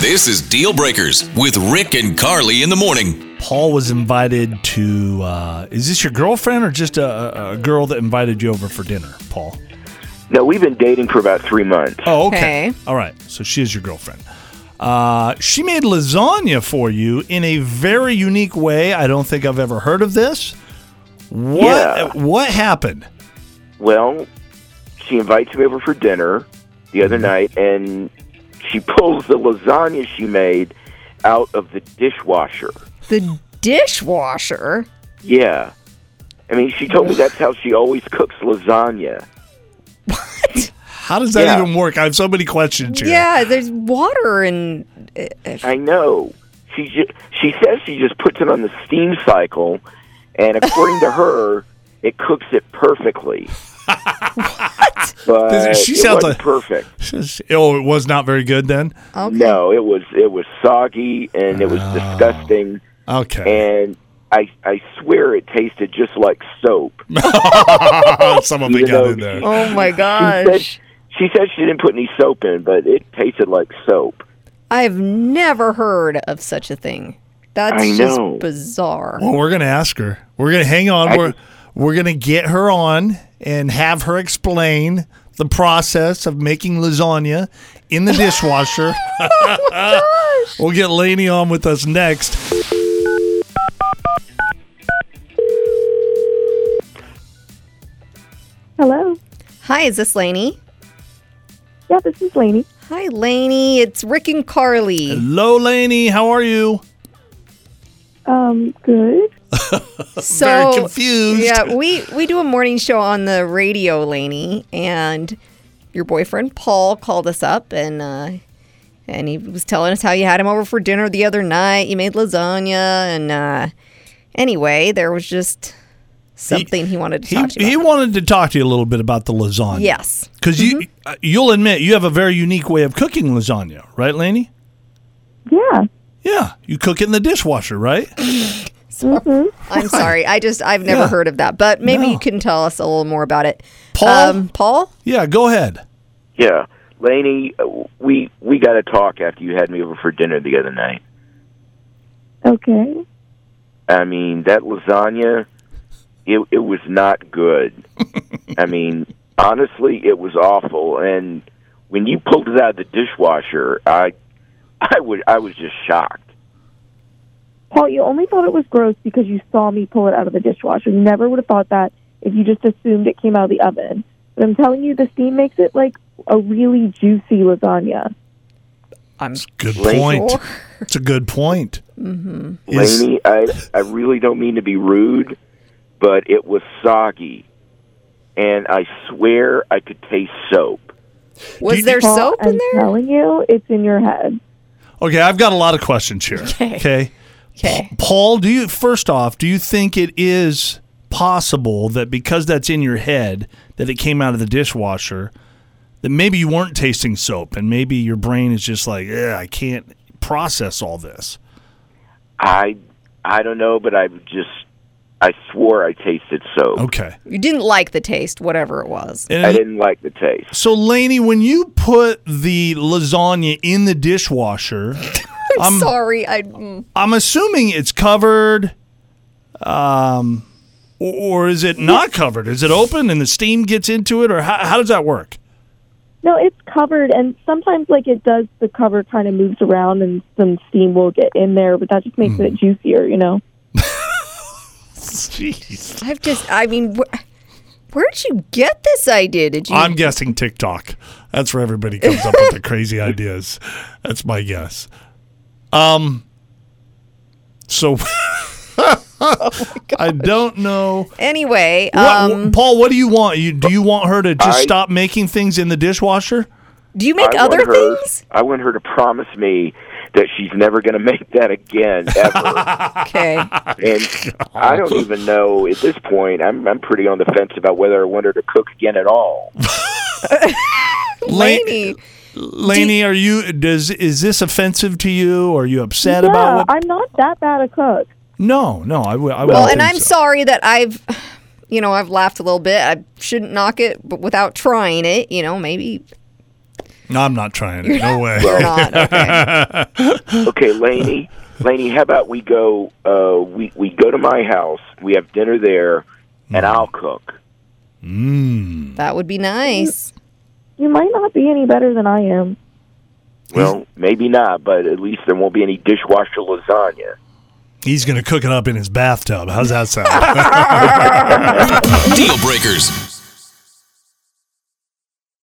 This is Deal Breakers with Rick and Carly in the morning. Paul was invited to. Uh, is this your girlfriend or just a, a girl that invited you over for dinner, Paul? No, we've been dating for about three months. Oh, okay. Okay. All right. So she is your girlfriend. Uh, she made lasagna for you in a very unique way. I don't think I've ever heard of this. What Yeah. What happened? Well, she invites me over for dinner the Mm-hmm. other night, and she pulls the lasagna she made out of the dishwasher. The dishwasher. Yeah. I mean, she told me that's how she always cooks lasagna. How does that Yeah. even work? I have so many questions here. Yeah, there's water and uh, I know. She ju- she says she just puts it on the steam cycle, and according to her, it cooks it perfectly. what? But Does- she it sounds wasn't like- perfect. Oh, it was not very good then. okay. Oh. No, it was it was soggy and it was disgusting, Okay. and I I swear it tasted just like soap. Somebody even got though in there. Oh my But gosh. she said she didn't put any soap in, but it tasted like soap. I've never heard of such a thing. That's I just know. bizarre. Well, we're gonna ask her. We're gonna hang on. I- we're we're gonna get her on and have her explain the process of making lasagna in the dishwasher. Oh we'll get Lainey on with us next. Hello. Hi, is this Lainey? Yeah, this is Lainey. Hi, Lainey. It's Rick and Carly. Hello, Lainey. How are you? Um, good. So Very confused. Yeah, we we do a morning show on the radio, Lainey, and your boyfriend Paul called us up and uh, and he was telling us how you had him over for dinner the other night. You made lasagna, and uh, anyway, there was just something he, wanted to He, talk to he you about. wanted to talk to you a little bit about the lasagna. yes, Mm-hmm. Because you uh, you'll admit you have a very unique way of cooking lasagna, right, Lainey? Yeah. Yeah, you cook it in the dishwasher, right? I'm sorry. I just I've never Yeah. heard of that, but maybe No. you can tell us a little more about it. Paul? Um, Paul, yeah, go ahead. Yeah, Lainey, uh, we we got to talk after you had me over for dinner the other night. Okay. I mean, that lasagna, it, it was not good. I mean, honestly, it was awful. And when you pulled it out of the dishwasher, I, I would, I was just shocked. Paul, you only thought it was gross because you saw me pull it out of the dishwasher. You never would have thought that if you just assumed it came out of the oven. But I'm telling you, the steam makes it like a really juicy lasagna. I'm Good Lainey. point. sure. It's a good point. Mm-hmm. Lainey, I, I really don't mean to be rude, but it was soggy, and I swear I could taste soap. Do you- Was there Paul, soap I'm in there? telling you, it's in your head. Okay, I've got a lot of questions here. Okay. Okay. Paul, do you first off, do you think it is possible that because that's in your head that it came out of the dishwasher, that maybe you weren't tasting soap and maybe your brain is just like, yeah, I can't process all this. I, I don't know, but I just, I swore I tasted soap. Okay. You didn't like the taste, whatever it was. And I didn't like the taste. So Lainey, when you put the lasagna in the dishwasher, I'm sorry. I mm. I'm assuming it's covered, um, or or is it not covered? Is it open and the steam gets into it, or how, how does that work? No, it's covered, and sometimes like it does, the cover kind of moves around, and some steam will get in there, but that just makes it juicier, you know. Jeez, I've just. I mean, wh- where did you get this idea? Did you? I'm guessing TikTok. That's where everybody comes up with the crazy ideas. That's my guess. Um, so I don't know. anyway, What, um, Paul, what do you want? You do you want her to just I- stop making things in the dishwasher? do you make I other want her, things? I want her to promise me that she's never going to make that again ever. Okay. and I don't even know at this point. I'm I'm pretty on the fence about whether I want her to cook again at all. Lainey, Lainey, are you does is this offensive to you? Are you upset about yeah, what? I'm not that bad a cook. no, no, I, w- I Well, wouldn't and think I'm so. sorry that I've, you know, I've laughed a little bit. I shouldn't knock it, but without trying it, you know, maybe No, I'm not trying it. No way. You're not. Okay. Okay, Laney, Laney, how about we go? Uh, we we go to my house. We have dinner there, and I'll cook. that would be nice. You might not be any better than I am. Well, maybe not, but at least there won't be any dishwasher lasagna. He's going to cook it up in his bathtub. How's that sound? Deal breakers.